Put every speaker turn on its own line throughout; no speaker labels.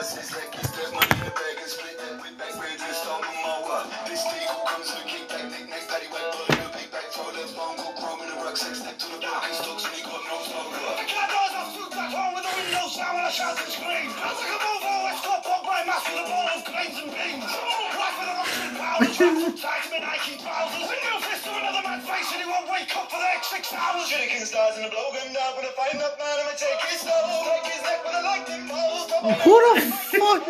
six that keep that money in the bag and split that with back red just on the mower. This thing who comes with a kickback, knick-knack, paddy whack, blood in the big bag, throw that phone, go chrome in the rucksack, step to the block and stokes when he go up, no smoke. The car doors off, suit back home with the windows down when I shout and scream. I took a move on, let's go pop my mask with a ball of grains and beans. Black with a rocket powder, trapped inside me Nike trousers. A new fist to another man's face and he won't wake up for the next six hours. Shaking stars in the blow, going down with a fine up man, I'ma take his soul, take his neck when I like him, balls. Double
Who the fuck?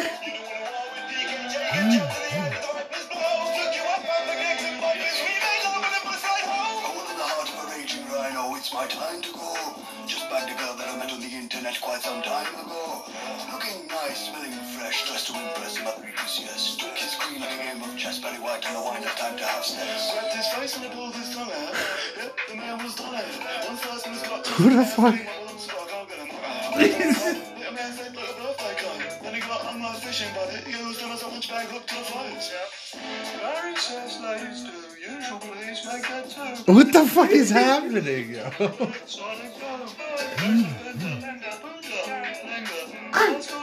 it's My time to go. Just bagged a girl that I met on the internet quite some time ago. Looking nice, smelling fresh, dressed to impress my enthusiast. Took his queen in a game of chess, Barry White, and the wine of time to have sex. Grabbed his face and I pulled his tongue out. Yep, the man was done it. Once last man's got to
Who the
a
fuck?
man said, look at birthday gun. Then he got on my fishing buddy. He was doing so much bag hooked to the floats. Barry says ladies do usual please make that too.
What the fuck is happening, yo?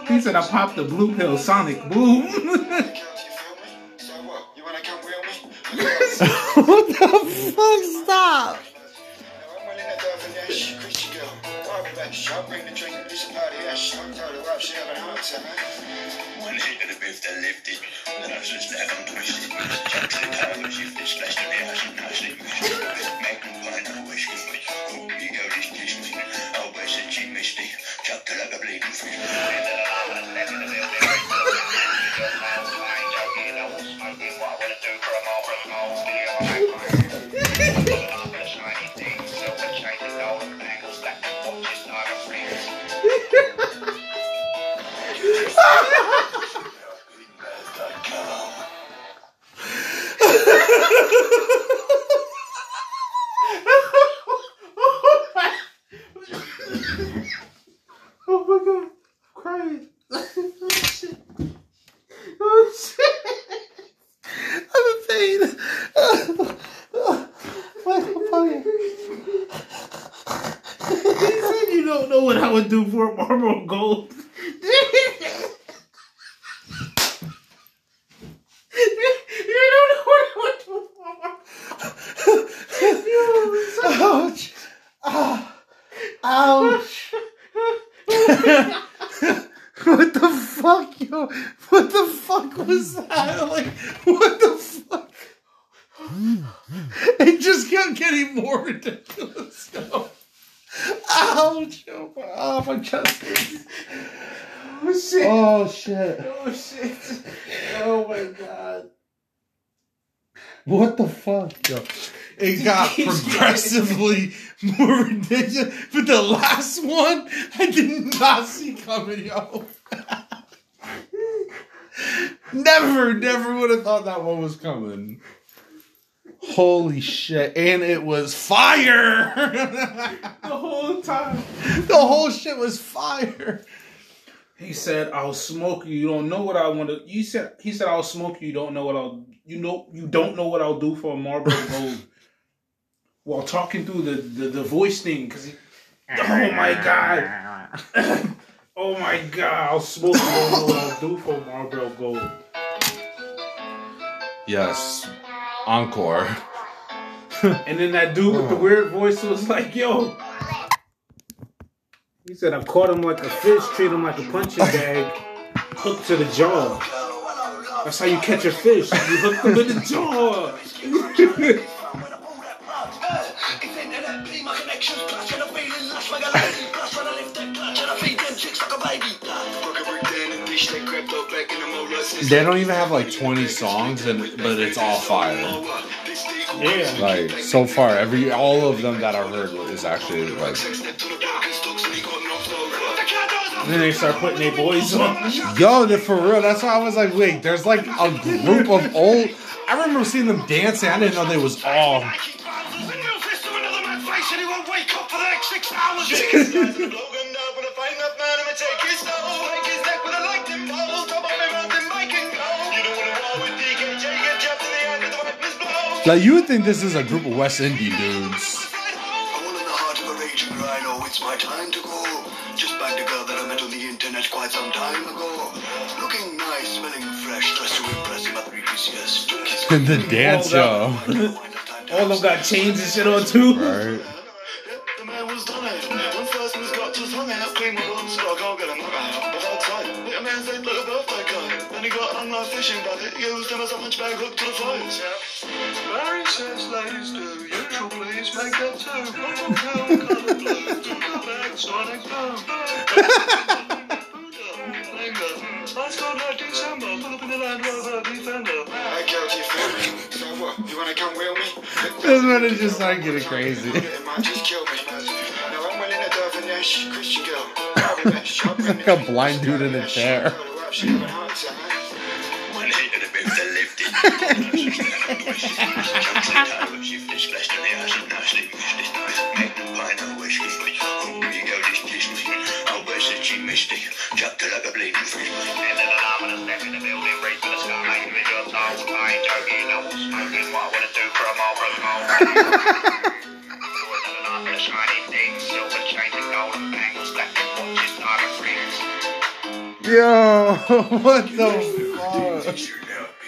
He said I popped the blue pill sonic boom. what the fuck? Stop.
I'll bring the drink and this party ash. I'll tell her what she have an answer. One hit of the booth that lifted. The nurse was there and pushed it. Chucked the time and she fished flesh to the ash and ash and ash. Make me wine and wish me. Oh, you go this kiss me. Oh, where's the chin missed me? Chucked her like a bleeding fish.
Oh my god, crying. oh shit. Oh shit. I'm in pain. Oh, oh, Michael Pollan. He said you don't know what I would do for a Marlboro Gold. you don't know what I would do for a Marlboro Gold. Ouch. Ah. Ouch. what the fuck, yo? What the fuck was that? Like, what the fuck? It just kept getting more ridiculous. Yo. Ouch! Oh my, oh, my chest.
Oh shit. Oh,
Oh shit!
shit. Oh my god.
What the fuck, yo? It got progressively more ridiculous, but the last one I did not see coming, yo. never, never would have thought that one was coming. Holy shit! And it was fire.
The whole time.
the whole shit was fire.
He said, "I'll smoke you. You don't know what I want to." You said, "He said I'll smoke you. You don't know what I'll. You know you don't know what I'll do for a Marlboro Gold." While talking through the the, the voice thing, because oh my god, oh my god, I'll smoke you. You don't know what I'll do for a Marlboro Gold.
Yes, encore.
And then that dude with the weird voice was like, "Yo." He said, "I caught him like a fish, treat him like a punching bag, hooked to the jaw." That's how you catch a fish. You hook them in the jaw.
They don't even have like 20 songs, and but it's all fire.
Yeah.
Like so far, every all of them that I heard is actually like
then they start putting their boys on.
Yo, the- for real, that's why I was like, wait, there's like a group of old. I remember seeing them dancing. I didn't know they was all. Like you would think this is a group of West Indian dudes.
All in the heart of a raging rhino, it's my time to go. Just bagged a girl that I met on the internet quite some time ago.
the dance show.
All of them got chains and shit on too.
Right.
The man was done it. When first was got just hung in that scream with one star, go get him out. But outside, the man said, look a birthday guy. Then he got hung like fishing buddy. Used him as a hunchback hook to the fires. Barry says, ladies do, you shall please make that two. Purple cow, colour blue, do the back, sonic boom. Let's go to December, pull up in the Land Rover Defender. Hey, Gouty Food, so what, you wanna come with me?
That's when it just started getting crazy.
like
Like a blind dude in a chair.
One hit and a bit of lifted. She fish splashed in the ice and nicely missed it. Make the pint of whiskey fish. Oh, you go, this kiss me. Oh, where's the G mystic? Chucked her like a bleeding fish. And then alarm and a step in the building, reach for the sky. Make me your soul, I ain't joking, I was smoking. What I wanna do for a mile, for a mile.
Yo, what the fuck?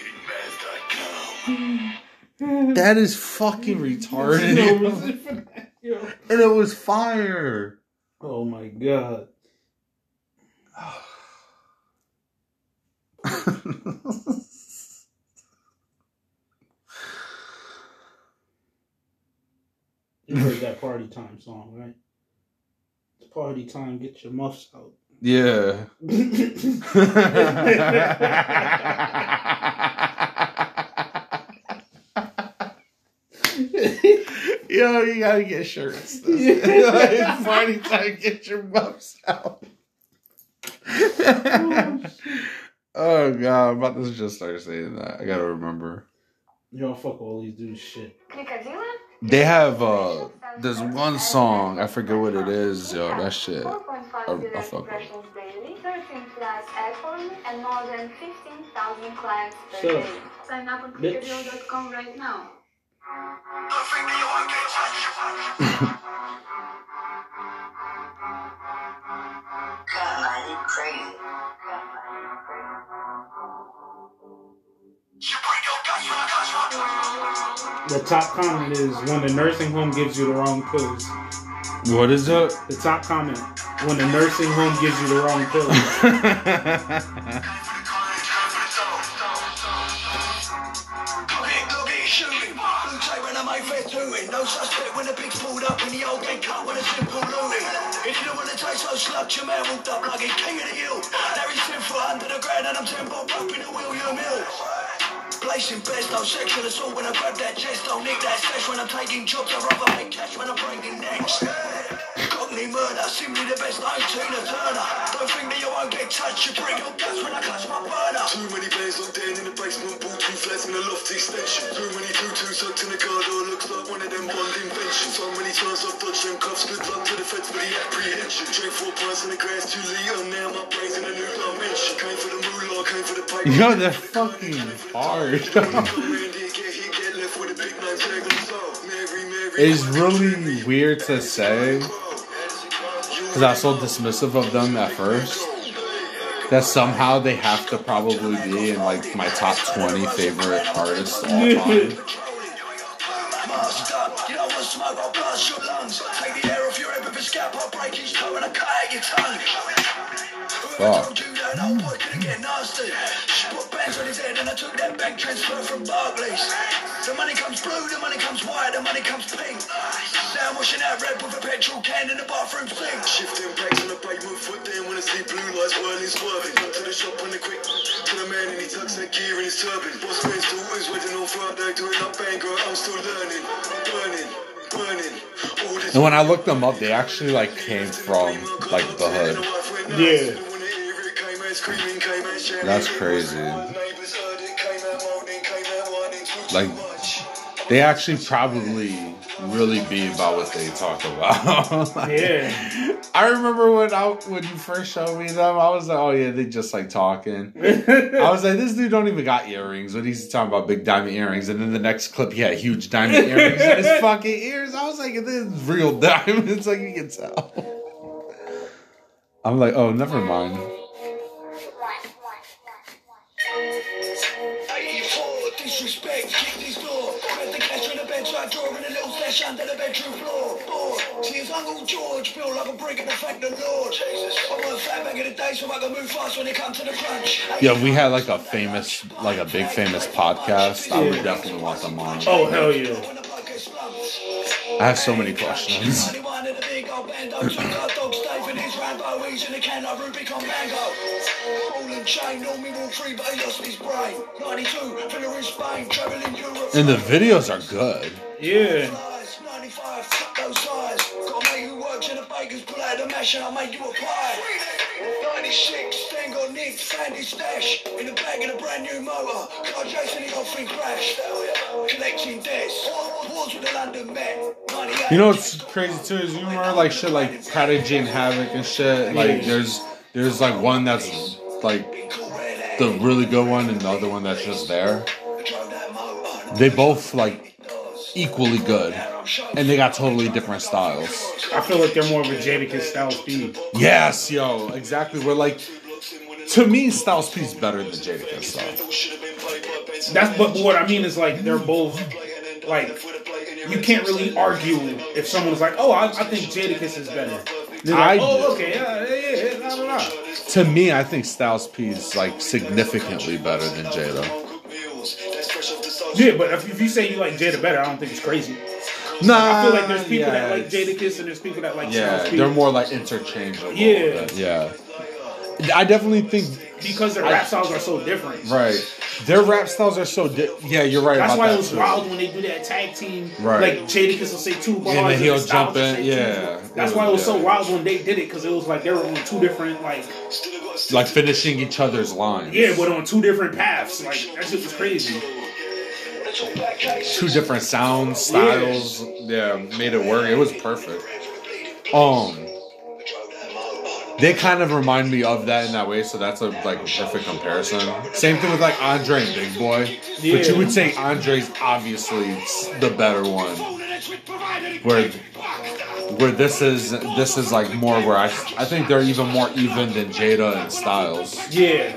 That is fucking retarded. And it was fire.
oh my god. You heard that party time song, right? It's party time, get your muffs out.
yeah. Yo, you gotta get shirts. it's party time. Get your muffs out. oh god, I'm about to just start saying that. I gotta remember.
Y'all fuck all these dudes shit.
They have uh there's one song, I forget what it is, yo, that shit. I fuck with it.
and more than 15,000 clients per
Shut up.
day. Sign up on
Bitch.
clickadeal.com right now.
The top comment is when the nursing home gives you the wrong pills.
What is it?
The top comment when the nursing home gives you the wrong pills.
No suspect when the pig's pulled up in the old gang cut with a simple loony. If you don't want to taste so slug, your man walked up like a king of the hill. There is sin for under the ground and I'm temple pumping the William Hill. Placing best, no sexual assault when I grab that chest. Don't need that sex when I'm taking jobs. I'd rather make cash when I'm bringing next. Cockney murder, simply the best. I'm Tina Turner. Don't think that you won't get touched. You bring your guts when I clutch my burner. Too many players locked in in the basement, ball two flats in the loft extension. Too many two twos tucked in the corridor. Looks like one of them Bond inventions. So many times I've dodged them cuffs. Good luck to the feds for the apprehension. Drink four pints in the grass, two liter. Now my brain's in a new dimension. Came for the moolah, came for the paper.
Yo, they're fucking hard. it's
it's
really weird to say because I was so dismissive of them at first that somehow they have to probably be in like my top 20 favorite artists of all time. Fuck.
Transfer from Barclays. The money comes blue, the money comes white, the money comes pink. Now I'm washing out red with a petrol can in the bathroom sink. Shifting bags on the pavement foot, then when I see blue lights whirling, swerving. Cut to the shop on the quick, to the man in he tucks that gear in his turban. Boss man's daughter's wedding on Friday, doing up banger. I'm still learning, burning, burning. All this
And when I looked them up, they actually like came from like the hood.
Yeah.
That's crazy. Like, They actually probably really be about what they talk about. Like,
Yeah.
I remember when I when you first showed me them, I was like, oh yeah, they just like talking. I was like, this dude don't even got earrings. When he's talking about big diamond earrings, and then the next clip he had huge diamond earrings in his fucking ears. I was like, this is real diamonds, like you can tell. I'm like, oh, never mind.
disrespect, kick this door. Press the cash on the bedside drawer with a little stash under the bedroom floor. Bored. See his Uncle George feel like I'm breaking the fact of law. Jesus. I want fat back in the day so I can move fast when it comes to the crunch.
Yeah, we had like a famous, like a big famous podcast. I would definitely want them on.
Oh hell yeah.
I have so many questions. And the videos are good.
Yeah.
In the bag of a brand new motor, car chasing it off in crash. Collecting debts, wars with the London Met.
You know what's crazy too is you remember like shit like Prodigy and Havoc and shit. Like there's there's like one that's like the really good one and the other one that's just there. They both like equally good, and they got totally different styles.
I feel like they're more of a Jadakiss style speed.
Yes, yo, exactly. We're like to me, Styles P's better than Jadakiss stuff.
That's but what I mean is like they're both like you can't really argue if someone's like, oh, I, I think Jadakiss is better. You're like,
I
oh,
do.
okay, yeah, yeah, yeah, yeah, blah, blah, blah.
To me, I think Styles P is like significantly better than Jada.
yeah. But if, if you say you like Jada better, I don't think it's crazy.
Nah,
I feel like there's people that like
yes.
Jadakiss and there's people that like
Yeah,
Styles P
they're more like interchangeable.
Yeah.
yeah. I definitely think
because their rap styles are so different.
right. Their rap styles are so. Di- yeah, you're right
That's
about
why
that
it was
too.
wild when they do that tag team.
Right.
Like Jadakiss will say two bars,
then
and
he'll
Styles
jump
will
in,
say two
yeah.
bars. That's why it was so
Yeah.
wild when they did it because it was like they were on two different like
Like finishing each other's lines.
yeah, but on two different paths. Like that shit was crazy.
two different sounds, styles. Yeah. made it work. It was perfect. Um, they kind of remind me of that in that way, so that's a like perfect comparison. Same thing with like Andre and Big Boy, but
Yeah.
you would say Andre's obviously s- the better one. Where where this is this is like more where I I think they're even more even than Jada and Styles
Yeah,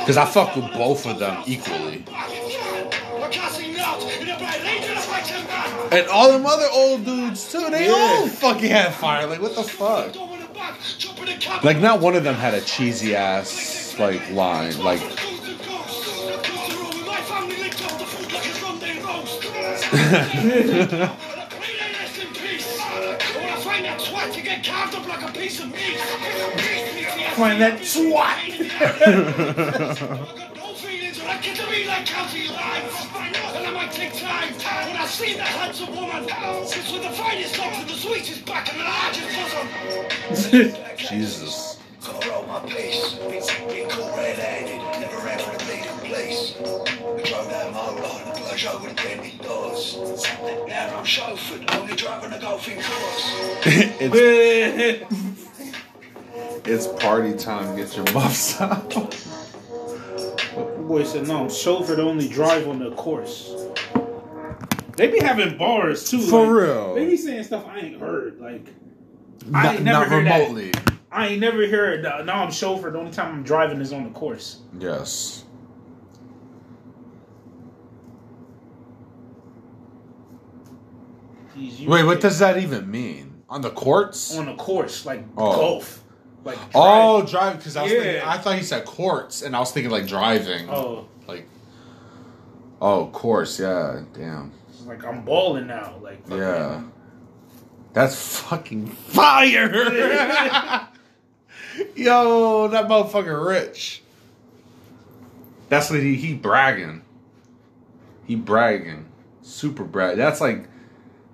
because I fuck with both of them equally. And all them other old dudes too, they all fucking had fire. Like what the fuck? Like not one of them had a cheesy ass like line. Like
find that swat.
Jesus. it's
yeah,
it's party time. Get your muffs up.
boy said no. Chauffeur only drive on the course. They be having bars too.
For
like,
real.
They be saying stuff I ain't heard. Like I
Not,
ain't never
not
heard that.
remotely.
I ain't never heard. No, I'm chauffeur. The only time I'm driving is on the course.
Yes.
Jeez, you-
Wait, what does that even mean? On the courts?
on a course like
Oh.
golf? Like
oh,
drive-
drive. Because I was
Yeah.
thinking, I thought you said courts, and I was thinking like driving.
oh,
Like. Oh, course. Yeah. Damn.
like I'm balling now. Like fuck
Yeah. That's fucking fire. Yo, that motherfucker rich. That's what he, he bragging. He bragging. Super brag. That's like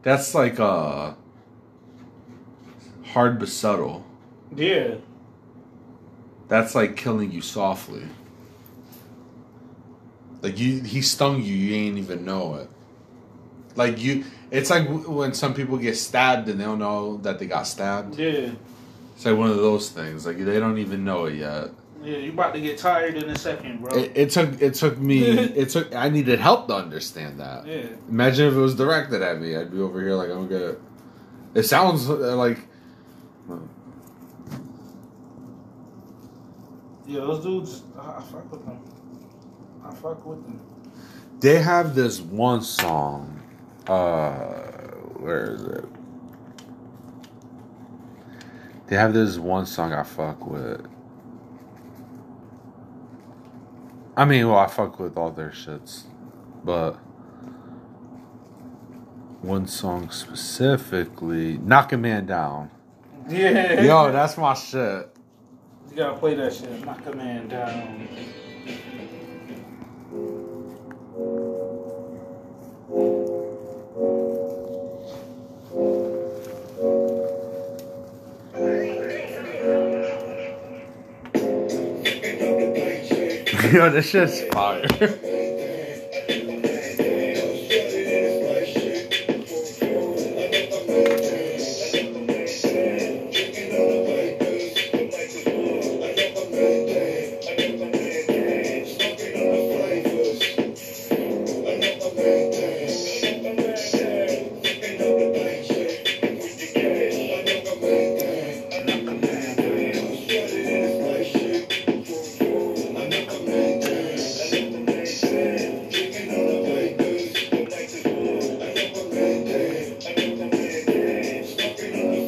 that's like uh hard but subtle.
it. yeah.
That's like killing you softly. Like you, he stung you. You ain't even know it. Like you, it's like w- when some people get stabbed and they don't know that they got stabbed.
Yeah,
It's like one of those things. Like they don't even know it yet.
yeah. You about to get tired in a second, bro.
It, it took. It took me. it took. I needed help to understand that.
yeah,
Imagine if it was directed at me. I'd be over here like I'm gonna. It sounds uh, like.
yeah. Those dudes, I, I fuck with them. I fuck with them.
They have this one song. Uh, where is it? They have this one song I fuck with. I mean, well, I fuck with all their shits, but one song specifically, "Knock a Man Down."
Yeah.
Yo, that's my shit.
You gotta play that shit. Knock a man down.
Yo, this shit's fire.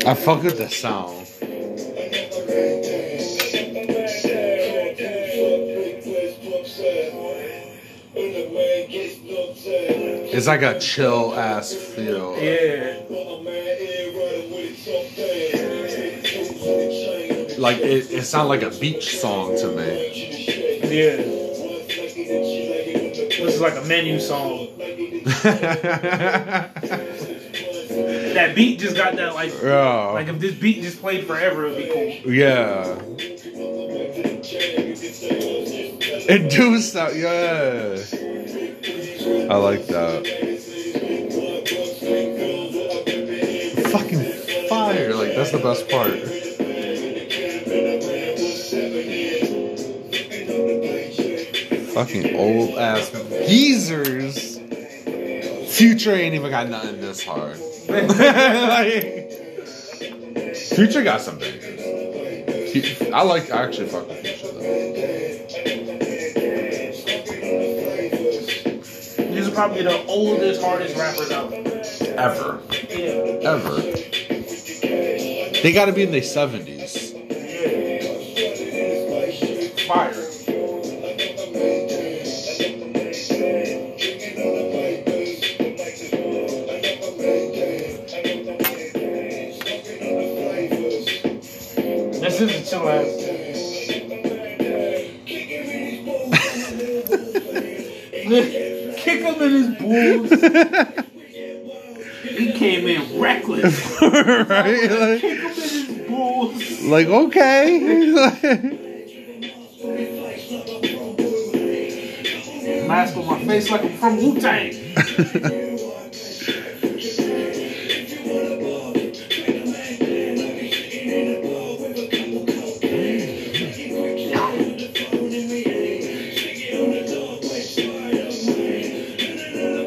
I fuck with the sound. It's like a chill ass feel.
Yeah.
Like it, it sounds like a beach song to me.
Yeah. This is like a menu song. That beat just got that like like
Yo,
if this beat just played forever it'd be cool.
yeah. It do sound, yeah. I like that. Fucking fire! Like that's the best part. Fucking old ass geezers. Future ain't even got nothing this hard. like, Future got some bangers. He- I like. I actually fuck with Future though.
This is probably the oldest, hardest rappers out there.
Ever,
Yeah.
ever. They got to be in their seventies.
Fire. This is a chill ass. Kick him in his balls. he came in reckless.
right? Like-
Kick him in his balls.
Like, okay.
Mask on my face like I'm from Wu Tang.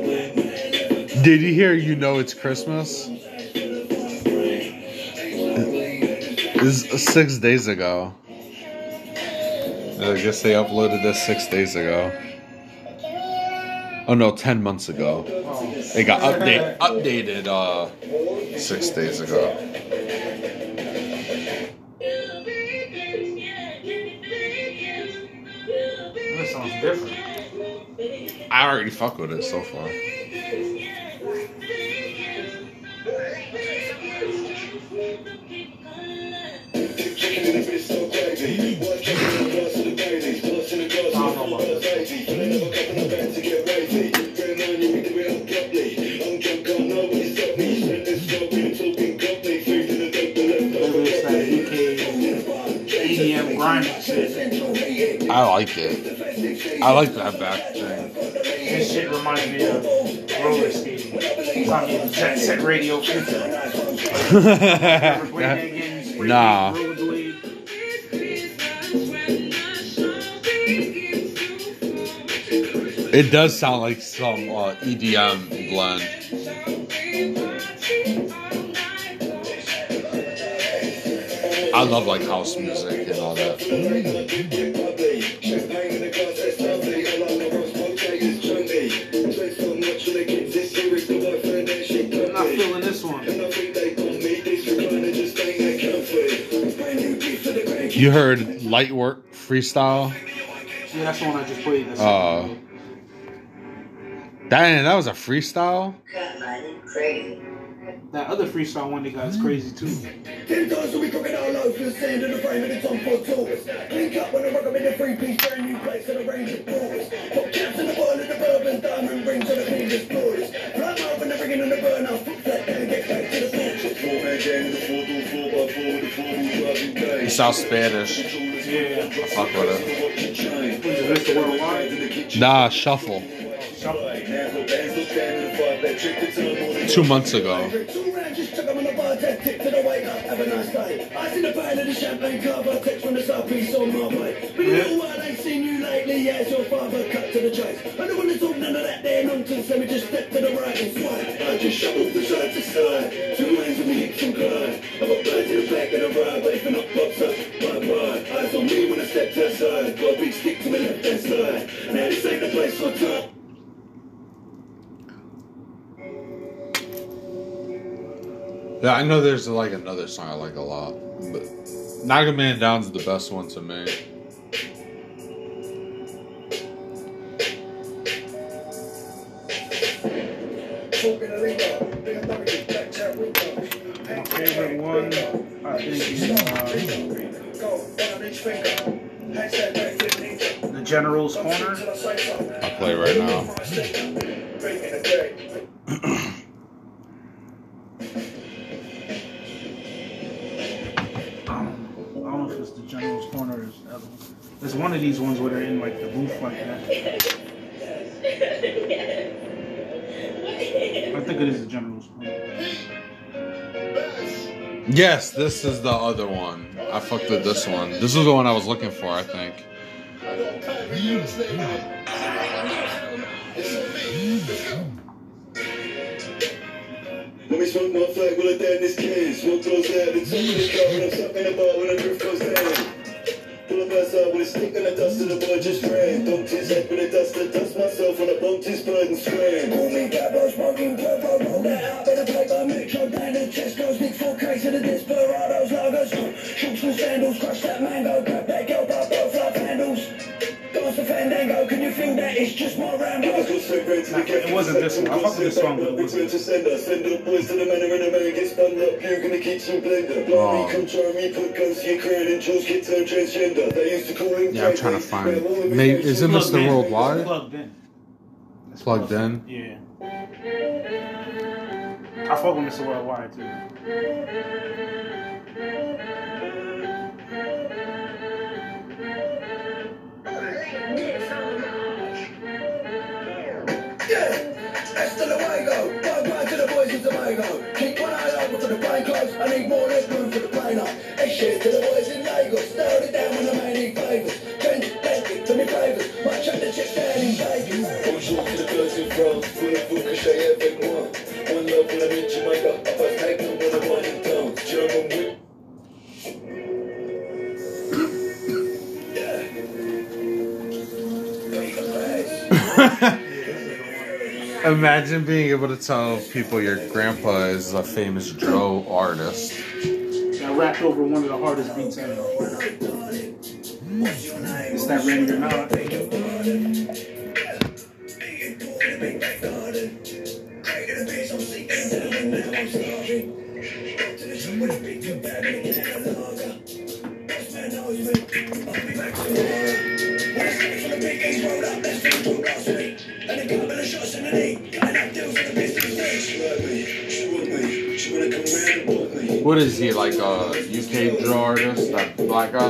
Did you hear You Know It's Christmas? This is six days ago. I guess they uploaded this six days ago. Oh no, ten months ago. They got update updated uh six days ago.
That sounds different.
I already fuck with it so far.
EDM grinding shit.
I like it. I like that back thing.
This shit reminds me of roller skating. I mean, jet set radio future.
Nah.
Rollerblade.
It does sound like some uh, EDM blend. I love like house music and all that.
Champagne in the glass, that's lovely. I like my rose, bouquet is trendy.
You heard light work freestyle.
Yeah, that's the one I just played. That's
Uh, Damn, that was a freestyle.
Got mine crazy.
that other freestyle one they got is crazy too.
Ten times a week, cooking all loaves with sand in the frame, and it's on for tours. Clean cut when I recommend a free piece, brand new place and a range of brewers. Put caps in the bottle of the bourbon, diamond rings on the fingers, borders. Fly off and everything in the burnout, fuck that and get back to the porches. Four man gang with a four door four by four with a four wheel driving game.
It sounds Spanish.
Yeah.
I
fuck with
it.
Nah, shuffle. Two months ago. Yeah, I know there's like another song I like a lot, but Naga Man Down's the best one to me.
My favorite one, I think, is uh, the General's Corner.
I play it right now.
I don't know. I don't know if it's the General's Corner or the other one. It's one of these ones where they're in like the booth like that. I think it is the General's Corner.
Yes, this is the other one. I fucked with this one. This is the one I was looking for, I think.
Let me smoke my flag while I die in this can. Smoke those out and talk to the car when I'm stopping the bar when I drift goes down. Pull up outside with a stick and a dust to the boy just ran. Don't just act with a dust to dust myself when I bump this blood and scram. Call me Gabbo, smoking purple, roll that out, better play by Metro, down the chest goes, big full case of the desperados, lagers, shoots with sandals, crush that mango, grab that girl by both love handles. Dance the fandango, can you feel that? It's just my rambo.
it wasn't this one. I fucked with this song, but it wasn't
To send us, send the boys to the man in the man gets spun up. You're gonna keep some blender. Blow
Oh.
me, come try me, put guns to your credit and chose kids turn transgender. They used to call him
Yeah, I'm trying to find it. May- is it Mr.
in.
Worldwide?
Plugged in. It's
Plugged in?
Yeah. I fuck with Mr. Worldwide too.
That's to the way go. Bye bye to the boys in Tobago. Keep one eye open for the plane clothes. I need more less room for the plane up. And shit to the boys in Lagos. Start it down when the man need favours. Bend it to me favours. My check the check down in Vegas. Bonjour to the girls in France. Voulez-vous que j'aille avec moi? One love when I'm in Jamaica. I pass Magnum when I'm winding down. German whip.
Imagine being able to tell people your grandpa is a famous Joe artist.
That rapped over one of the hardest beats ever. It's that Randy Renard.
What is he like uh, a UK Joe artist? That black guy?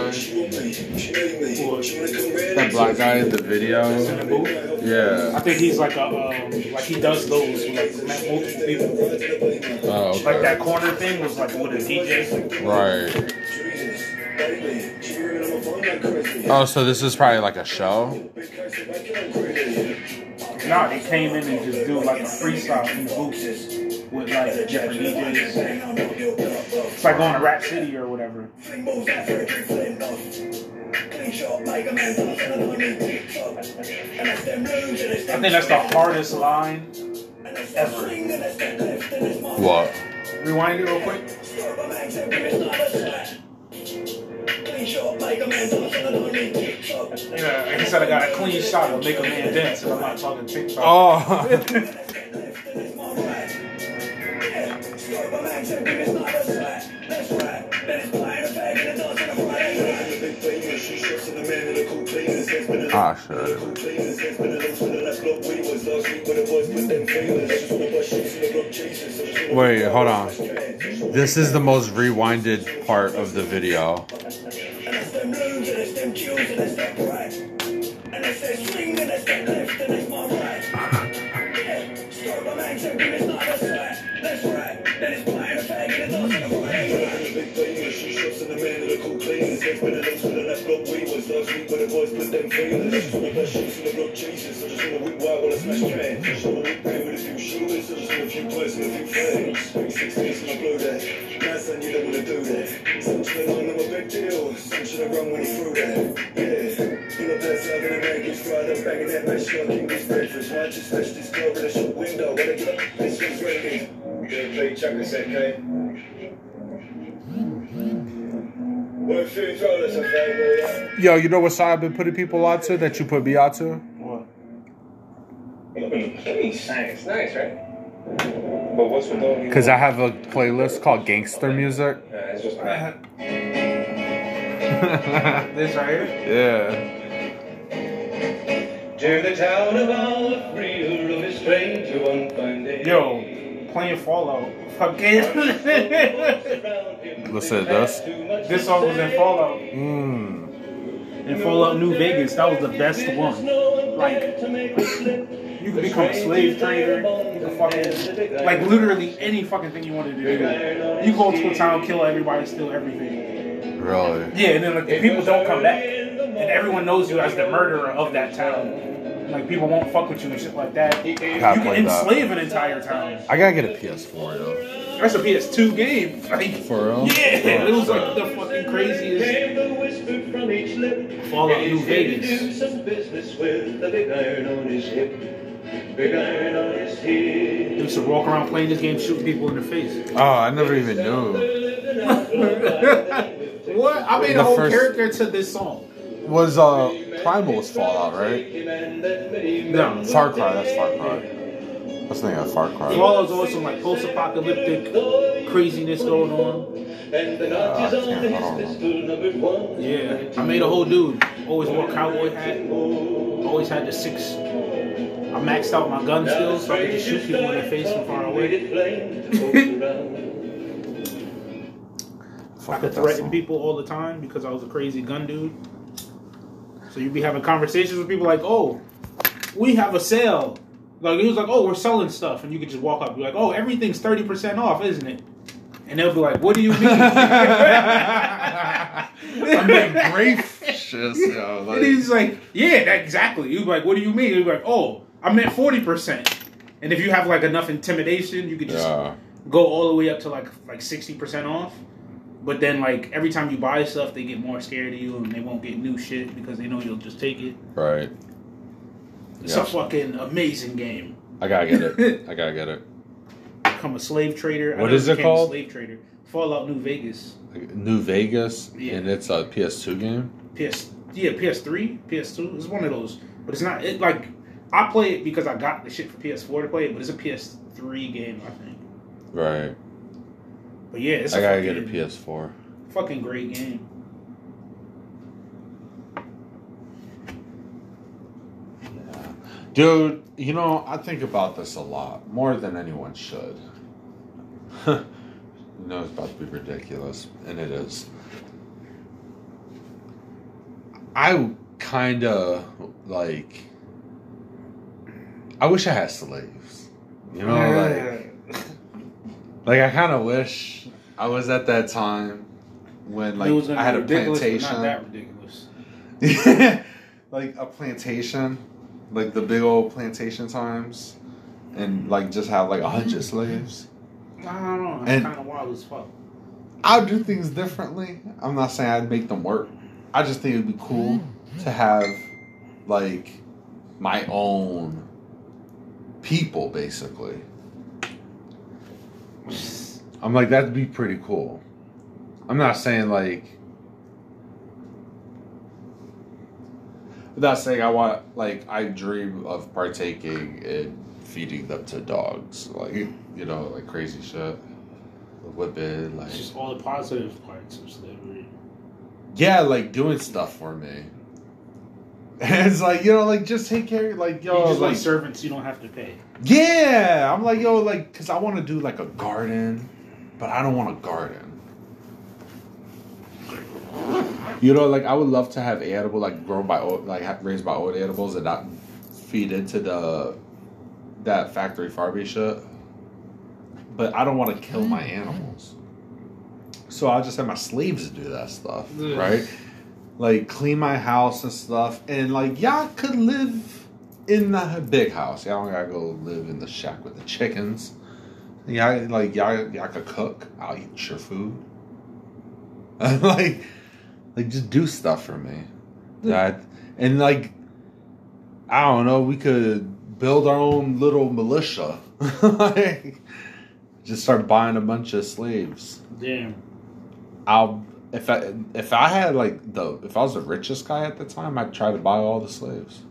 That black guy in
In
the
the
video?
booth. I
Yeah.
think he's like a um, like he does those with like met multiple people.
Oh,
Like
okay.
that corner thing was like with a DJ.
Right. Oh, so this is probably like a show?
Nah, they came in and just do like a freestyle in the booth with like different DJs. It's like going to Rap City or whatever. I think that's the hardest line ever.
What?
Rewind it real quick. Yeah, he said I got a clean shot of make a man dance, and I'm not talking TikTok.
Oh, ah, shit. Wait, hold on. This is the most rewinded part of the video.
Check this out, okay? We're few dollars available.
Yo, you know what side I've been putting people onto that you put me onto?
What?
Nice, nice, nice, right? But what's with all these?
Because I have a playlist called Gangster Music.
Nah, it's just
This right here.
yeah.
Tear the town of all real of a stranger one fine day.
Yo, playing Fallout. Fucking. this
Listen to this.
song was in Fallout. Hmm.
Mm.
In Fallout New Vegas, that was the best one. Like, you could become a slave trader. You could fucking. Like, literally any fucking thing you wanted to do. You go to a town, kill everybody, steal everything.
Really?
Yeah, and then, like, the people don't come back. And everyone knows you as the murderer of that town. Like, people won't fuck with you and shit like that. You
Gotta
can
play that.
enslave an entire town.
I gotta get a PS4 though.
That's a PS2 game. Like,
For real?
Yeah, it was like
Oh,
the fucking craziest Fallout New Vegas. They used to walk around playing this game, shooting people in the face.
Oh, I never even knew.
What? I made
The
a whole
first-
character to this song.
Was uh Primal's Fallout, right?
No.
Far Cry, that's Far Cry. That's the name of Far Cry.
Fallout's also like post-apocalyptic craziness going on.
Uh, I can't, I don't know.
Yeah, I made a whole dude. Always wore a cowboy hat. Always had the six. I maxed out my gun skills so I could just shoot people in the face from far away. I
Fuck
could
it, that's
threaten
some-
people all the time because I was a crazy gun dude. So you'd be having conversations with people like, "Oh, we have a sale." Like he was like, "Oh, we're selling stuff," and you could just walk up, be like, "Oh, everything's thirty percent off, isn't it?" And they'll be like, "What do you mean?"
I'm being gracious, yo.
And he's
Like,
like, yeah, that, exactly. You'd be like, what do you mean? You'd be like, oh, I meant 40%. And if you have like enough intimidation, you could just
yeah.
go all the way up to like like 60% off. But then like every time you buy stuff, they get more scared of you and they won't get new shit because they know you'll just take it.
Right.
It's
Yeah.
a fucking amazing game.
I gotta get it. I gotta get it.
Become a slave trader. I
What
never
is it
became a
called?
Slave trader. Fallout New Vegas.
New Vegas,
Yeah.
and it's a PS2 game.
PS yeah, PS3, PS2. It's one of those, but it's not it like I play it because I got the shit for PS4 to play it, but it's a PS3 game, I think.
Right.
But yeah, it's
I gotta get a
fucking,
PS4.
fucking great game.
Dude, you know, I think about this a lot, more than anyone should. you know, it's about to be ridiculous, and it is. I kind of like. I wish I had slaves. You know, like. Like, I kind of wish I was at that time when,
It
like,
was gonna
I had
be
a
ridiculous, but
plantation.
Not that ridiculous.
like a plantation, like the big old plantation times, and like just have like a hundred slaves.
I don't know. It's
And-
kind of wild as fuck.
I'll do things differently. I'm not saying I'd make them work. I just think it'd be cool to have like my own people, basically. I'm like that'd be pretty cool. I'm not saying like without saying I want like I dream of partaking in feeding them to dogs, like you know, like crazy shit, whipping, like
It's just all the positive parts of slavery.
yeah, like doing stuff for me. it's like you know, like just take care, like
you
yo,
just
like
want servants you don't have to pay.
yeah, I'm like yo, like because I want to do like a garden, but I don't want a garden. You know, like I would love to have edible, like grown by old, like ha- raised by old animals, and not feed into the that factory farming shit. But I don't want to kill my animals, so I'll just have my slaves do that stuff,
Yeah.
right? Like clean my house and stuff, and like y'all could live in the big house. Y'all don't gotta go live in the shack with the chickens. Y'all like y'all y'all could cook. I'll eat your food. like like just do stuff for me that and like i don't know we could build our own little militia like just start buying a bunch of slaves
Damn.
i'll if i if i had like the if i was the richest guy at the time i'd try to buy all the slaves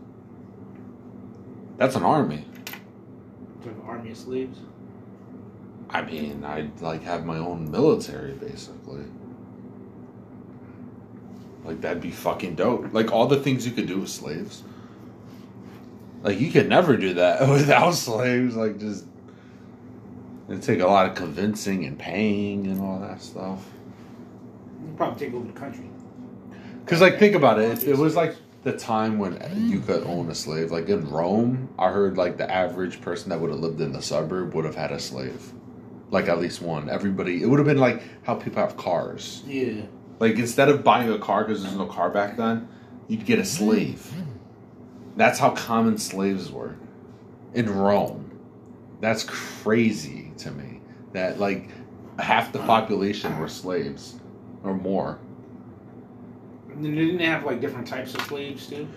that's an army
Like an army of slaves.
i mean i'd like have my own military basically like that'd be fucking dope like all the things you could do with slaves Like you could never do that without slaves. Like just it take a lot of convincing and paying and all that stuff.
You probably take over the country.
Because like think about it, it, it was like the time when you could own a slave. Like in Rome, I heard like the average person that would have lived in the suburb would have had a slave, like at least one. Everybody, it would have been like how people have cars.
Yeah.
Like instead of buying a car because there's no car back then, you'd get a slave. That's how common slaves were in Rome. That's crazy to me. That like half the population were slaves or more.
And then didn't they have like different types of slaves too?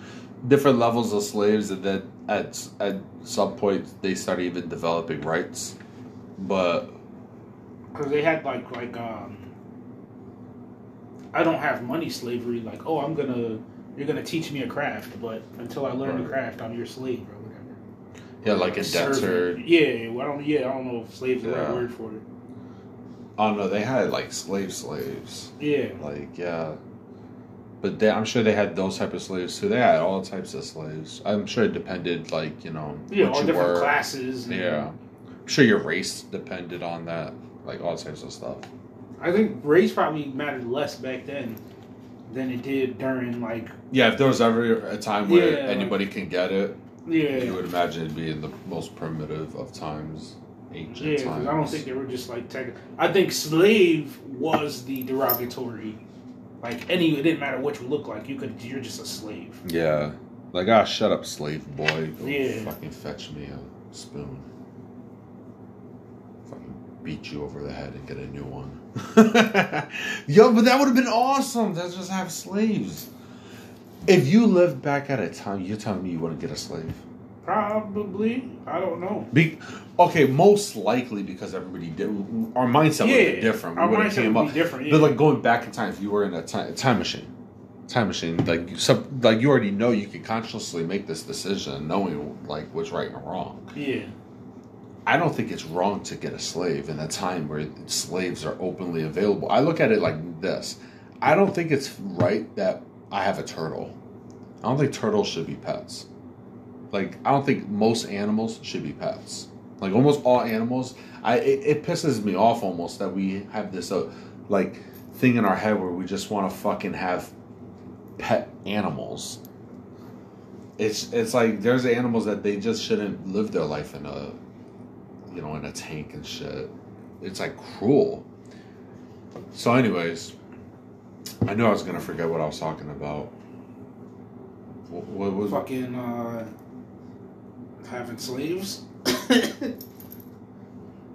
Different levels of slaves, and then at at some point they started even developing rights. But
Because they had like like um, I don't have money slavery. Like oh, I'm gonna you're gonna teach me a craft, but until I learn the
Right.
craft, I'm your slave or whatever.
yeah, like indentured.
Servant. Yeah, well, I don't. Yeah, I don't know if slave's the right
Yeah.
word for it.
Oh no, they had like slave slaves.
Yeah,
Like, yeah. But they, I'm sure they had those type of slaves too. They had all types of slaves. I'm sure it depended, like you know,
yeah,
what
all
you
different
were.
classes. and-
Yeah, I'm sure your race depended on that, like all types of stuff.
I think race probably mattered less back then than it did during like
Yeah, if there was ever a time
where
where
Yeah.
anybody can get it, you
yeah.
would imagine it'd be in the most primitive of times, ancient
Yeah, 'cause
times.
I don't think they were just like tech. I think slave was the derogatory. Like any, it didn't matter what you look like. You could, you're just a slave.
Yeah, like ah, shut up, slave boy. Go
Yeah.
fucking fetch me a spoon. Fucking beat you over the head and get a new one. Yo, but that would have been awesome. That's just have slaves. If you lived back at a time, you're telling me you wouldn't get a slave.
Probably, I don't know.
Be- okay, most likely because everybody did. Our mindset would have
Yeah,
been different.
our
We would have
mindset
came
would
up
be different, yeah.
But like going back in time, if you were in a time, time machine, time machine, like you- some, like you already know you can consciously make this decision, knowing like what's right and wrong.
Yeah,
I don't think it's wrong to get a slave in a time where slaves are openly available. I look at it like this: I don't think it's right that I have a turtle. I don't think turtles should be pets. Like I don't think most animals should be pets. Like almost all animals, I it, it pisses me off almost that we have this uh, like thing in our head where we just want to fucking have pet animals. It's it's like there's animals that they just shouldn't live their life in a you know in a tank and shit. It's like cruel. So, anyways, I knew I was gonna forget what I was talking about. What, what was
fucking uh, having slaves.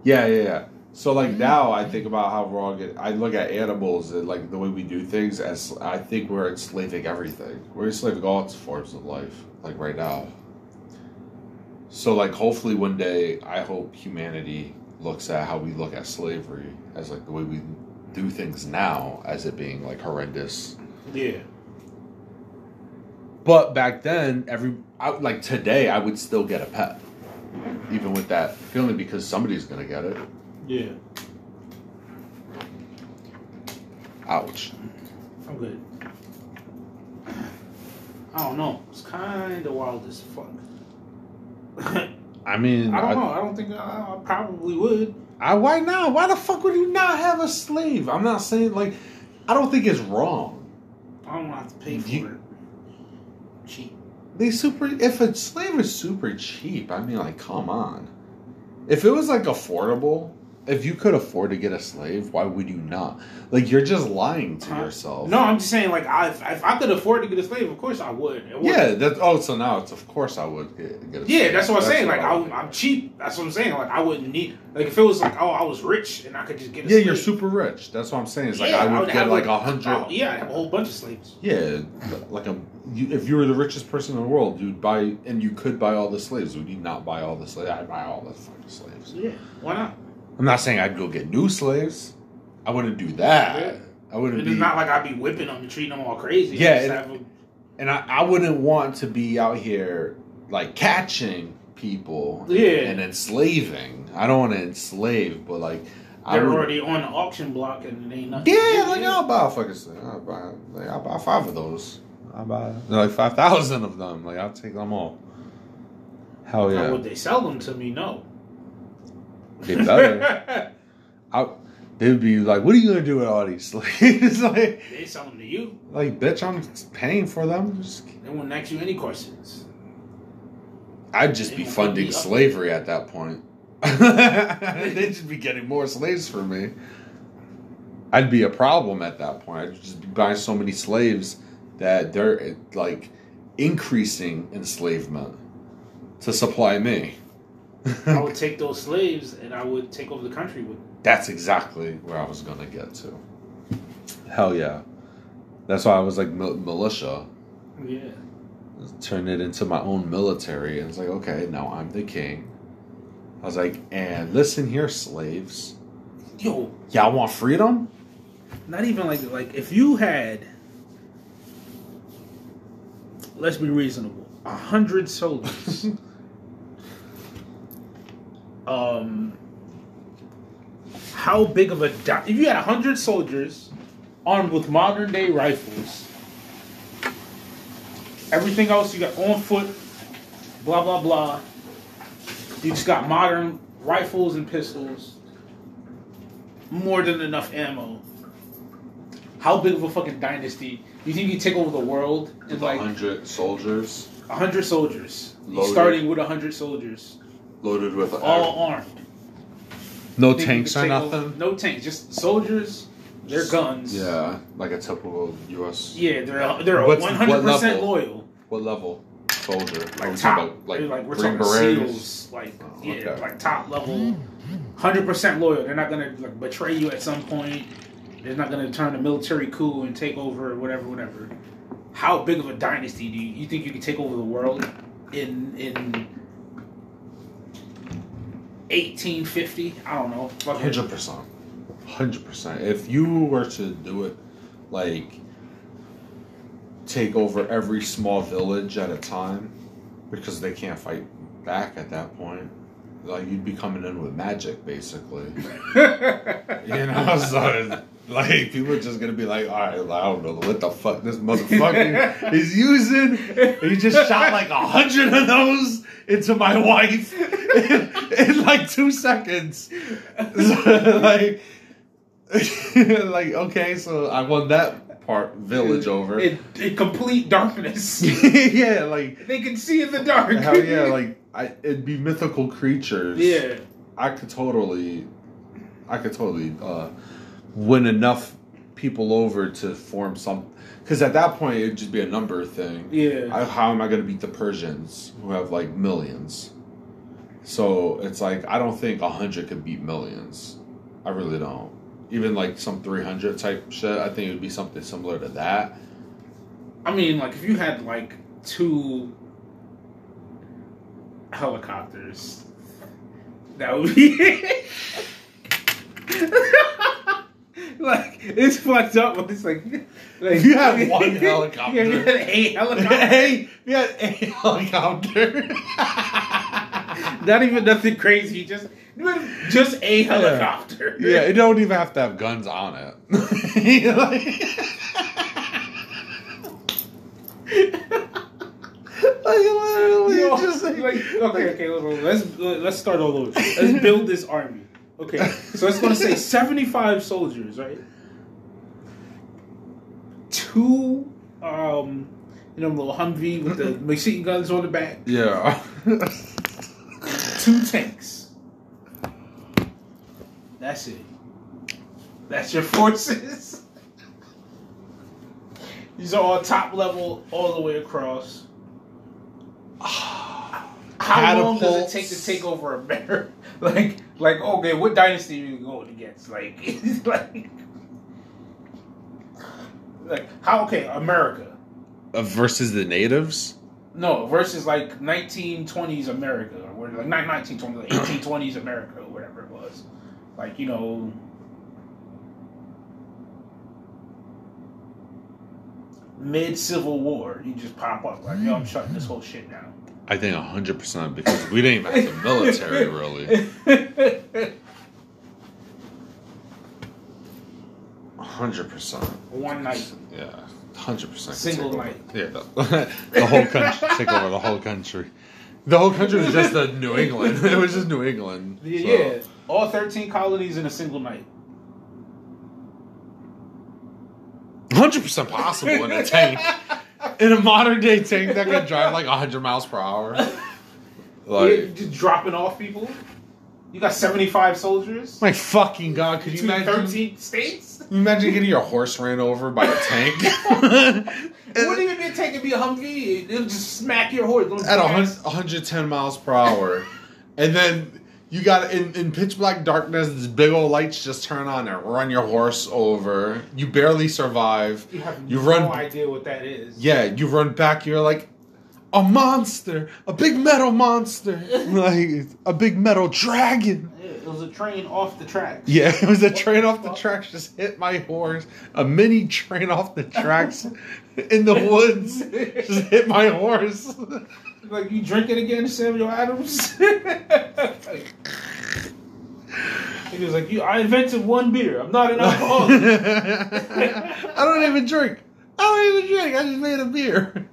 Yeah, yeah, yeah. So
Mm-hmm.
like now, I think about how wrong it. I look at animals and like the way we do things as I think we're enslaving everything. We're enslaving all forms of life, like right now. So like, hopefully one day, I hope humanity looks at how we look at slavery as like the way we do things now as it being like horrendous
Yeah,
But back then, every I, like today, I would still get a pet, even with that feeling because somebody's gonna get it.
Yeah,
Ouch.
I'm good. I don't know. It's kind of wild as fuck. I
I
don't
mean,
know. I don't think I, I probably would.
I why not? Why the fuck would you not have a slave? I'm not saying like I don't think it's wrong.
I don't have to pay for
You-
it. Cheap.
They super if a slave is super cheap, I mean like come on. If it was like affordable, if you could afford to get a slave, why would you not? Like you're just lying to
Huh?
yourself.
No, I'm just saying, like, I, if I could afford to get a slave, of course I would. It would.
Yeah, that oh so now it's of course I would get, get a
Yeah,
slave.
that's what I'm saying. Like,
I
I,
would
I'm
do.
cheap. That's what I'm saying. Like, I wouldn't need. Like, if it was like, oh, I was rich and I could just get. A
Yeah, you're
slave.
super rich. That's what I'm saying. It's like
Yeah,
I would get
have,
like a hundred
oh, yeah, I have a whole bunch of slaves.
Yeah, like a you, if you were the richest person in the world, you'd buy and you could buy all the slaves. Would you not buy all the slaves? I'd buy all the fucking slaves.
Yeah, why not?
I'm not saying I'd go get new slaves. I wouldn't do that. I wouldn't
And
be,
it's not like I'd be whipping them and treating them all crazy. I
Yeah,
just
it-
have 'em-
and I, I wouldn't want to be out here like catching people
Yeah.
and enslaving. I don't want to enslave, but like I
they're
would,
already on the auction block and it ain't nothing.
yeah, like I'll buy a fucking slave. I'll buy like I'll buy five of those. I'll buy like five thousand of them. Like I'll take them all. Hell
Now,
yeah.
Would they sell them to me? No.
They better. I, they'd be like, "What are you gonna do with all these slaves?" like,
they sell them to you.
like, bitch, I'm paying for them. Just,
They wouldn't ask you any questions.
I'd just be funding slavery at that point. They'd just be getting more slaves for me. I'd be a problem at that point. I'd just be buying so many slaves that they're like increasing enslavement to supply me.
I would take those slaves and I would take over the country with. them.
That's exactly where I was gonna get to. Hell yeah, that's why I was like mil- militia.
Yeah.
Turn it into my own military, and it's like, okay, now I'm the king. I was like, and listen here, slaves,
Yo,
y'all want freedom?
not even like like if you had let's be reasonable a hundred soldiers um how big of a di- if you had a hundred soldiers armed with modern day rifles everything else you got on foot blah blah blah you just got modern rifles and pistols more than enough ammo how big of a fucking dynasty you think you take over the world in like
hundred soldiers
100 soldiers.
Loaded.
Starting with 100 soldiers.
loaded with
All armed.
no
Think you
tanks
could
or
take over-
nothing.
No tanks. Just soldiers, their guns.
Yeah, like a typical U.S.
Yeah, they're, they're
What's-
100%
what level?
loyal.
What level soldier? Are we
Like
talking
top.
about,
Like, we're
Green
talking SEALs. Like,
Oh,
yeah,
okay.
like top level. 100% loyal. They're not going to like betray you at some point. They're not going to turn a military coup and take over whatever, whatever. How big of a dynasty do you, you think you could take over the world in in 1850? I don't know. Fucking-
Hundred percent, hundred percent. If you were to do it, like take over every small village at a time, because they can't fight back at that point. Like you'd be coming in with magic, basically. you know, so like people are just gonna be like, all right, I don't know what the fuck this motherfucker is using. He just shot like a hundred of those into my wife in, in, like two seconds. So, like, like okay, so I won that part village over.
In, in complete darkness.
yeah, like
they can see in the dark.
hell yeah, like I, it'd be mythical creatures.
yeah.
I could totally, I could totally uh, win enough people over to form some. Because at that point, it'd just be a number thing.
Yeah.
I, how am I going to beat the Persians who have like millions? So it's like I don't think hundred could beat millions. I really don't. Even like some three hundred type shit, I think it would be something similar to that.
I mean, like if you had like two helicopters, that would be Like it's fucked up, but it's like, like
You have one helicopter.
Yeah, you had eight helicopters.
hey, yeah, a helicopter.
Not even nothing crazy. Just just a helicopter.
yeah, it don't even have to have guns on it. like, like literally,
Yo,
just like,
like, okay, okay, hold on. let's let's start all over. Let's build this army. Okay, so it's gonna say seventy-five soldiers, right? Two, um, you know, little Humvee with the machine guns on the back.
yeah.
Two tanks. That's it. That's your forces. These are all top level, all the way across. How long does it take to
Catapults.
take over America? Like, like, okay, what dynasty are you going against? Like, it's like, like how? Okay, America.
Uh, Versus the natives.
No, versus like 1920s America or whatever, like not 1920s, like 1820s America or whatever it was. Like you know, mid Civil War, you just pop up like, yo, I'm shutting this whole shit down.
I think hundred percent because we didn't even have the military really. Hundred percent.
One night,
Yeah. Hundred percent.
single night.
Yeah, the, the whole country take over the whole country. The whole country was just the New England. It was just New England.
Yeah,
so.
yeah, all 13 colonies in a single night.
hundred percent possible in a tank. In a modern day tank that can drive like hundred miles per hour.
You're
Like,
just dropping off people. You got 75 soldiers.
my fucking god! Could you
Between
imagine?
13 states?
You imagine getting your horse ran over by a tank
It wouldn't even be a tank, it'd be a Humvee. It'll just smack your horse. It'll
at a hun-
blast.
110 miles per hour, and then you got in, in pitch black darkness. These big old lights just turn on and run your horse over. You barely survive.
You have
You
no
run-
idea what that is.
Yeah, you run back. You're like a monster, a big metal monster, like a big metal dragon.
Yeah, It was a train off the tracks.
Yeah, it was a train off the tracks just hit my horse. A mini train off the tracks in the woods just hit my horse.
Like you drink it again, Samuel Adams. he was like, "You, I invented one beer. I'm not an alcoholic."
I don't even drink. I don't even drink. I just made a beer.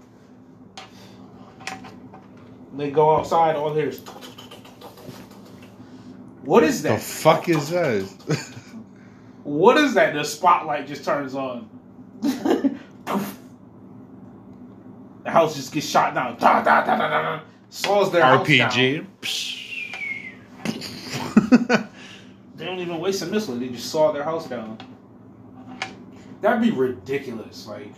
they go outside. All there's. What is
The
that?
fuck is this?
What is that? The spotlight just turns on. the house just gets shot down. Da, da, da, da, da, da. Saws their house down. They don't even waste a missile. They just saw their house down. That'd be ridiculous. Like,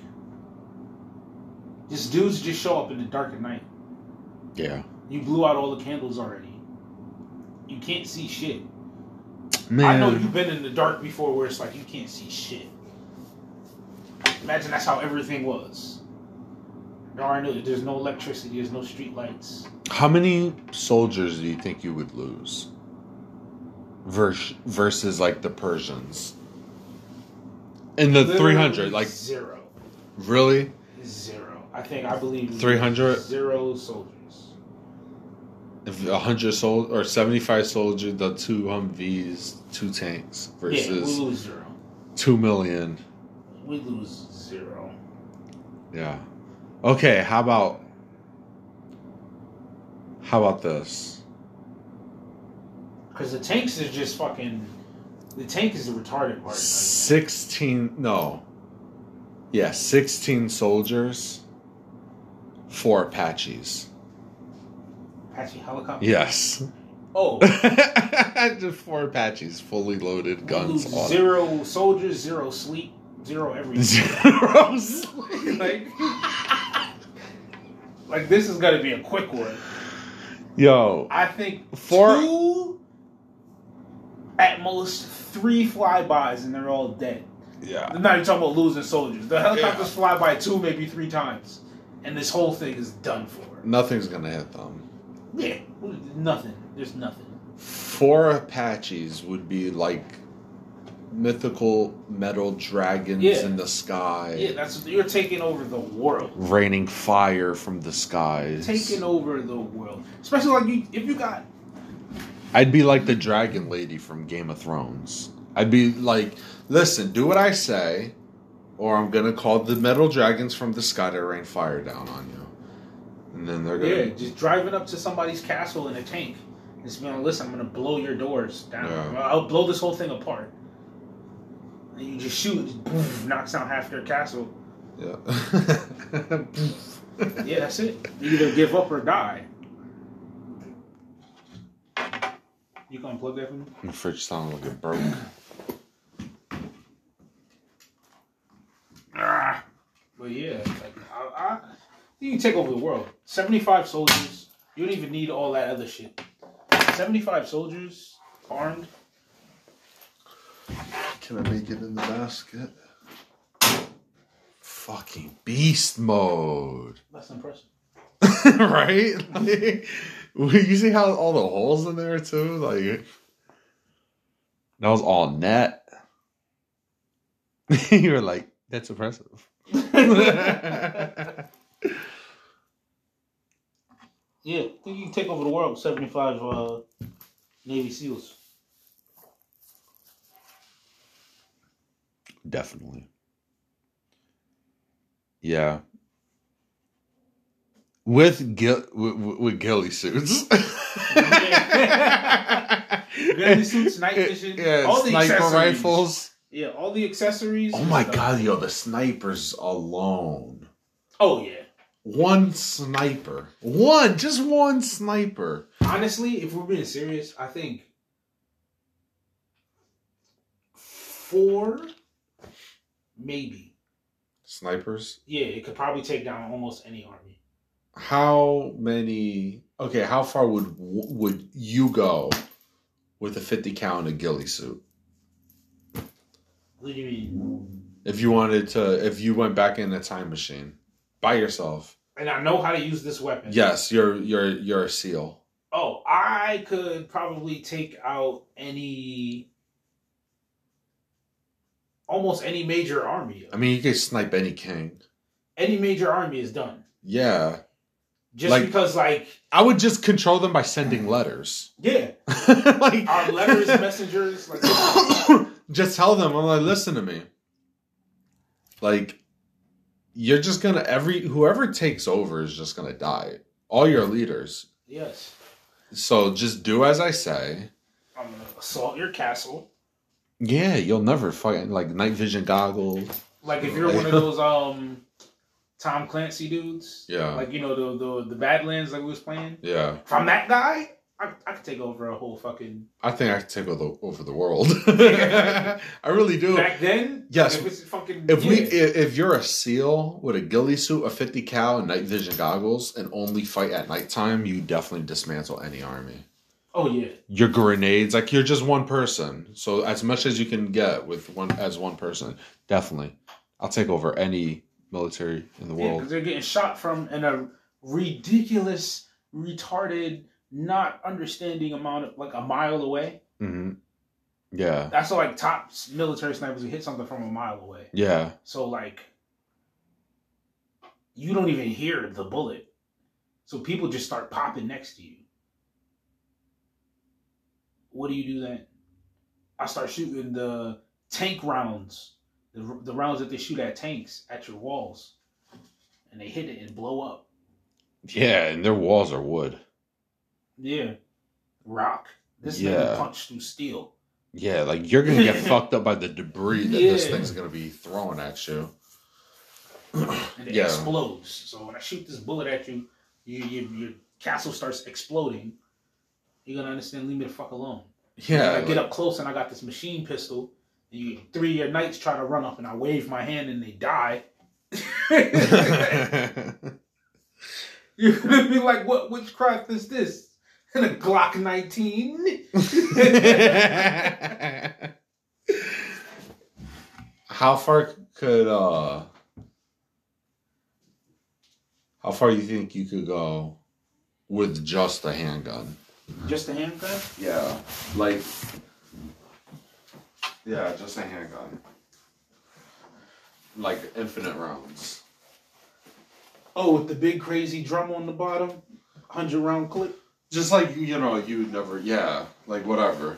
just dudes just show up in the dark at night.
yeah.
You blew out all the candles already. You can't see shit.
Man.
I know you've been in the dark before, where it's like you can't see shit. Imagine that's how everything was. There are no, there's no electricity. There's no street lights.
How many soldiers do you think you would lose? Vers- versus like the Persians. In the three hundred, like
zero,
really?
zero. I think I believe we
300?
zero soldiers.
If a hundred sold or seventy five soldiers, the two Humvees, two tanks versus
yeah, we lose zero.
two million.
We lose zero.
Yeah. Okay, how about how about this?
Because the tanks is just fucking. The tank is the retarded part. Like,
Sixteen no. Yeah, sixteen soldiers, four Apaches.
Apache helicopter.
Yes.
Oh,
Just four Apaches, fully loaded
we
guns.
lose
all-
zero soldiers, zero sleep, zero everything.
Zero sleep.
like, like this is gonna be a quick one.
Yo,
I think
Four-
two, at most three flybys, and they're all dead.
yeah,
I'm not even talking about losing soldiers. The helicopters fly by two, maybe three times, and this whole thing is done for.
nothing's gonna hit them.
Yeah, nothing. There's nothing.
Four Apaches would be like mythical metal dragons
Yeah.
in the sky,
Yeah, that's you're taking over the world.
raining fire from the skies.
Taking over the world, especially like you, if you got
I'd be like the dragon lady from Game of Thrones. I'd be like, listen, do what I say, or I'm gonna call the metal dragons from the sky to rain fire down on you, and then they're
yeah,
gonna.
just driving up to somebody's castle in a tank. and Just being like, listen, I'm gonna blow your doors down.
Yeah.
I'll blow this whole thing apart. And you just shoot, just boom, knocks down half their castle.
Yeah.
Yeah, that's it. You either give up or die. You gonna plug that for me?
The fridge sound like it broke.
Ah. But yeah, like I, I, you can take over the world. Seventy-five soldiers. You don't even need all that other shit. Seventy-five soldiers armed.
Can I make it in the basket? Fucking beast mode.
That's impressive.
right? Like, you see how all the holes in there too? Like that was all net. you were like, that's impressive.
Yeah, you can take over the world with seventy-five uh, Navy SEALs.
Definitely. Yeah. With gil- with, with ghillie suits.
Ghillie suits, night vision,
yeah,
all the
sniper
accessories.
rifles.
Yeah, all the accessories.
Oh
and
my
stuff.
god, yo, the snipers alone.
Oh yeah.
One sniper. One, just one sniper.
Honestly, if we're being serious, I think four, maybe.
Snipers?
Yeah, it could probably take down almost any army.
How many Okay, how far would would you go with a 50 cal and a ghillie suit?
What do you mean?
If you wanted to if you went back in a time machine by yourself.
And I know how to use this weapon.
Yes, you're you're you're a seal.
Oh, I could probably take out any, almost any major army.
I mean, you could snipe any king.
Any major army is done.
Yeah.
Just
Like-
because, like,
I would just control them by sending letters.
yeah,
like
our letters, messengers, like,
just tell them i'm like listen to me like you're just gonna every whoever takes over is just gonna die all your leaders
yes,
so just do as i say
I'm gonna assault your castle.
yeah you'll never fight like night vision goggles
Like if you're one of those um Tom Clancy dudes,
Yeah.
Like you know the the the Badlands like we was playing.
yeah
If I'm that guy, I, I could take over a whole fucking.
i think i could take over the, over the world i really do
Back then,
Yes.
If it's fucking,
if we
yeah.
if, if you're a seal with a ghillie suit a 50 cal and night vision goggles and only fight at nighttime you definitely dismantle any army
oh yeah,
your grenades like you're just one person so as much as you can get with one as one person definitely i'll take over any military in the
yeah, because
world
they're getting shot from in a ridiculous, retarded, not understanding amount of like a mile away.
hmm yeah
That's what, like top military snipers who hit something from a mile away.
yeah
So like you don't even hear the bullet. So people just start popping next to you. What do you do then? I start shooting the tank rounds, the, the rounds that they shoot at tanks at your walls, and they hit it and blow up.
yeah and their walls are wood
Yeah, rock. This
Yeah.
thing punched through steel.
yeah like you're gonna get fucked up by the debris that this
Yeah.
thing's gonna be throwing at you
and it
Yeah.
explodes. So when I shoot this bullet at you, you, you your castle starts exploding. You're gonna understand. Leave me the fuck alone.
yeah
And I
like-
get up close and I got this machine pistol. And you three of your knights try to run up and I wave my hand and they die. You're gonna be like, what witchcraft is this? And a Glock 19?
how far could uh how far you think you could go with just a handgun
Just a handgun?
yeah like Yeah, just a handgun. Like infinite rounds.
Oh, with the big crazy drum on the bottom, hundred round clip.
Just like you know, you would never. Yeah, like whatever.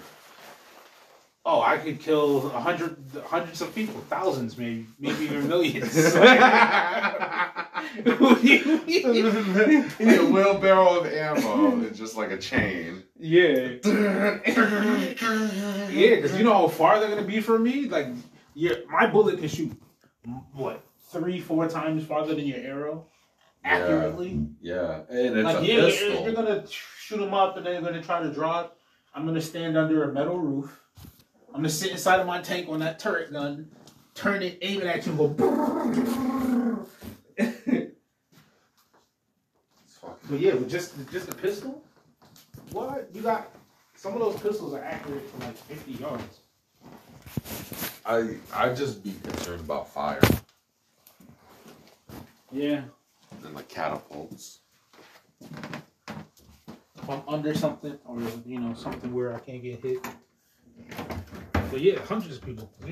Oh, I could kill a hundred, hundreds of people, thousands, maybe, maybe even millions.
like a wheelbarrow of ammo and just like a chain.
yeah.
yeah.
Yeah, because you know how far they're gonna be from me. Like, yeah, my bullet can shoot mm, what three, four times farther than your arrow,
Yeah.
accurately.
Yeah, and it's
like,
a
yeah,
pistol.
you're, you're gonna shoot them up, and then you're gonna try to draw it. I'm gonna stand under a metal roof. I'm gonna sit inside of my tank on that turret gun, turn it, aim it at you, and go.
It's fucking-
But yeah, with just just a pistol. What you got? Some of those pistols are accurate for like 50 yards.
I I just be concerned about fire
Yeah.
and like catapults.
if I'm under something or you know something where I can't get hit. But yeah, hundreds of people. You